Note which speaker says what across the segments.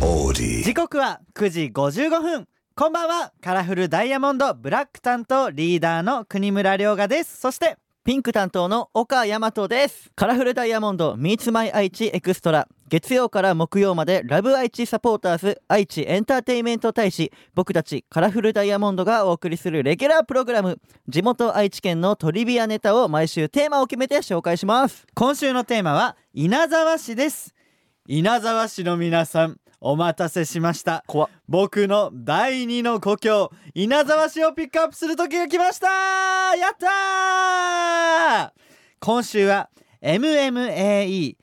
Speaker 1: body.
Speaker 2: 時刻は9時55分こんばんはカラフルダイヤモンドブラック担当リーダーの国村亮賀ですそして
Speaker 3: ピンク担当の岡大和です。カラフルダイヤモンド Meets My 愛知エクストラ。月曜から木曜までラブ愛知サポーターズ愛知エンターテインメント大使僕たちカラフルダイヤモンドがお送りするレギュラープログラム地元愛知県のトリビアネタを毎週テーマを決めて紹介します
Speaker 2: 今週のテーマは稲沢市です稲沢市の皆さんお待たせしました
Speaker 3: 怖っ
Speaker 2: 僕の第二の故郷稲沢市をピックアップする時が来ましたやったー今週は MMAE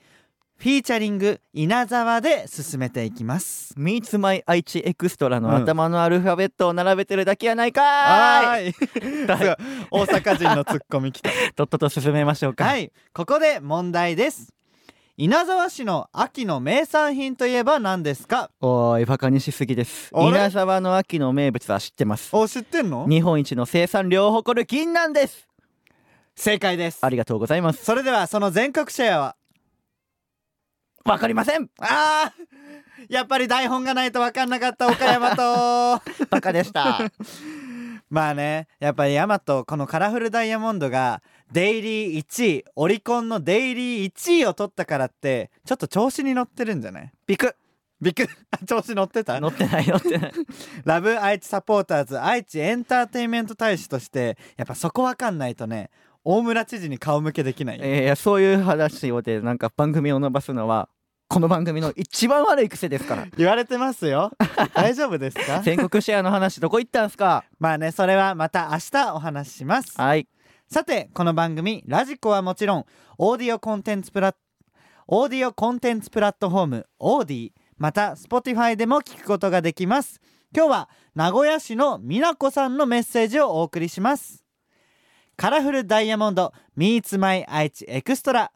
Speaker 2: フィーチャリング稲沢で進めていきます
Speaker 3: Meets My 愛知エクストラの頭のアルファベットを並べてるだけやないかーい、
Speaker 2: ーいすごい大阪人のツッコミ来た
Speaker 3: とっとと進めましょうか、
Speaker 2: はいここで問題です稲沢市の秋の名産品といえば何ですか
Speaker 3: おーいバカにしすぎです
Speaker 2: あれ
Speaker 3: 稲沢の秋の名物は知ってます
Speaker 2: お知ってんの
Speaker 3: 日本一の生産量を誇る銀なんです
Speaker 2: 正解です
Speaker 3: ありがとうございます
Speaker 2: それではその全国シェアは
Speaker 3: わかりません
Speaker 2: あーやっぱり台本がないと分かんなかった岡山と
Speaker 3: バカでした
Speaker 2: まあねやっぱりヤマトこのカラフルダイヤモンドがデイリー1位オリコンのデイリー1位を取ったからってちょっと調子に乗ってるんじゃない
Speaker 3: ビク
Speaker 2: びっくりあ 調子乗ってた
Speaker 3: 乗ってない乗って ない
Speaker 2: ラブ愛知サポーターズ愛知エンターテインメント大使としてやっぱそこわかんないとね大村知事に顔向けできないよ、
Speaker 3: えー、そういう話をでなんか番組を伸ばすのはこの番組の一番悪い癖です から
Speaker 2: 言われてますよ大丈夫ですか
Speaker 3: 全国シェアの話どこ行ったんすか
Speaker 2: まあねそれはまた明日お話しします
Speaker 3: はい
Speaker 2: さてこの番組ラジコはもちろんオーディオコンテンツプラオーディオコンテンツプラットフォームオーディまた Spotify でも聞くことができます今日は名古屋市の美奈子さんのメッセージをお送りしますカラフルダイヤモンド Meets My 愛知エクストラ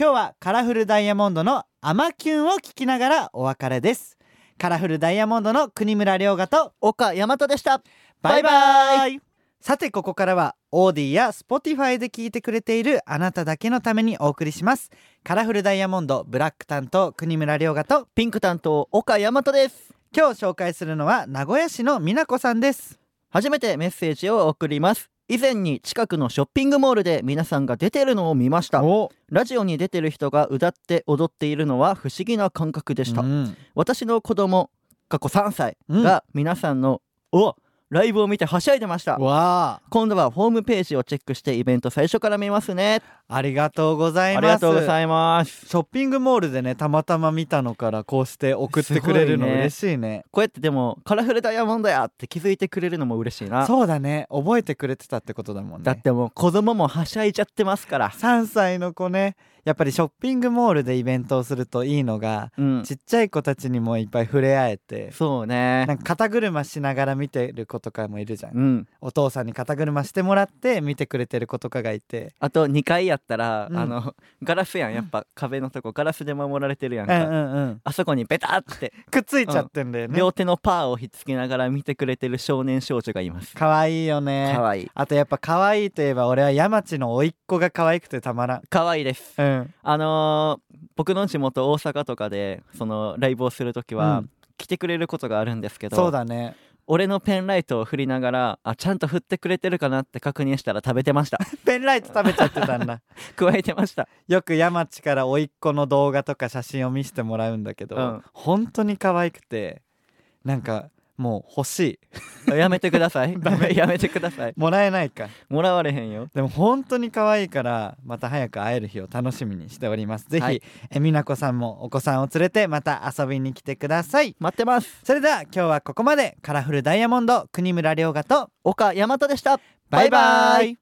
Speaker 2: 今日はカラフルダイヤモンドのアマキュンを聞きながらお別れですカラフルダイヤモンドの国村良賀と
Speaker 3: 岡大和でした
Speaker 2: バイバイさてここからはオーディや Spotify で聞いてくれているあなただけのためにお送りしますカラフルダイヤモンドブラック担当国村良賀と
Speaker 3: ピンク担当岡大和です
Speaker 2: 今日紹介するのは名古屋市の美奈子さんです
Speaker 3: 初めてメッセージを送ります以前に近くのショッピングモールで皆さんが出てるのを見ました
Speaker 2: お
Speaker 3: ラジオに出てる人が歌って踊っているのは不思議な感覚でした、
Speaker 2: うん
Speaker 3: 私の子供過去3歳
Speaker 2: うん
Speaker 3: が皆さんの、おライブを見てはしゃいでました
Speaker 2: わあ
Speaker 3: 今度はホームページをチェックしてイベント最初から見ますね
Speaker 2: ありがとうござい
Speaker 3: あ
Speaker 2: ます
Speaker 3: りがとうございます
Speaker 2: ショッピングモールでねたまたま見たのからこうして送ってくれるの
Speaker 3: すごいね
Speaker 2: 嬉しいね
Speaker 3: こうやってでもカラフルダイヤモンドやって気づいてくれるのも嬉しいな
Speaker 2: そうだね覚えてくれてたってことだもんね
Speaker 3: だってもう子供もはしゃいちゃってますから、
Speaker 2: 3歳の子ねやっぱりショッピングモールでイベントをするといいのが
Speaker 3: うん、
Speaker 2: ちっちゃい子たちにもいっぱい触れ合えて
Speaker 3: そうね
Speaker 2: なんか肩車しながら見てる子とかもいるじゃん、
Speaker 3: うん
Speaker 2: お父さんに肩車してもらって見てくれてる子とかがいて、
Speaker 3: あと2階やったら、
Speaker 2: うん
Speaker 3: あのガラスやんやっぱ壁のとこガラスで守られてるやん
Speaker 2: う
Speaker 3: か、
Speaker 2: んうんうん、
Speaker 3: あそこにベターって
Speaker 2: くっついちゃってんだよね、
Speaker 3: 両手のパーをひっつきながら見てくれてる少年少女がいます。
Speaker 2: かわいいよね
Speaker 3: かわいい。
Speaker 2: あとやっぱ可愛いといえば俺は山地の甥っ子が可愛くてたまらん
Speaker 3: かわいいです。
Speaker 2: うん
Speaker 3: あのー僕の地元大阪とかでそのライブをするときは、
Speaker 2: うん
Speaker 3: 来てくれることがあるんですけど
Speaker 2: そうだね
Speaker 3: 俺のペンライトを振りながらあちゃんと振ってくれてるかなって確認したら 食べてました
Speaker 2: ペンライト食べちゃってたんだ
Speaker 3: 加えてました
Speaker 2: よく山地から甥っ子の動画とか写真を見せてもらうんだけど、
Speaker 3: うん
Speaker 2: 本当に可愛くてなんかもう欲しい
Speaker 3: やめてくださ い
Speaker 2: ダメ
Speaker 3: やめてください
Speaker 2: もらえないか
Speaker 3: もらわれへんよ
Speaker 2: でも本当に可愛いからまた早く会える日を楽しみにしておりますぜひ、
Speaker 3: はい
Speaker 2: え美奈子さんもお子さんを連れてまた遊びに来てください
Speaker 3: 待ってます
Speaker 2: それでは今日はここまでカラフルダイヤモンド国村良賀と
Speaker 3: 岡大和でした
Speaker 2: バイバイ
Speaker 3: バイバイ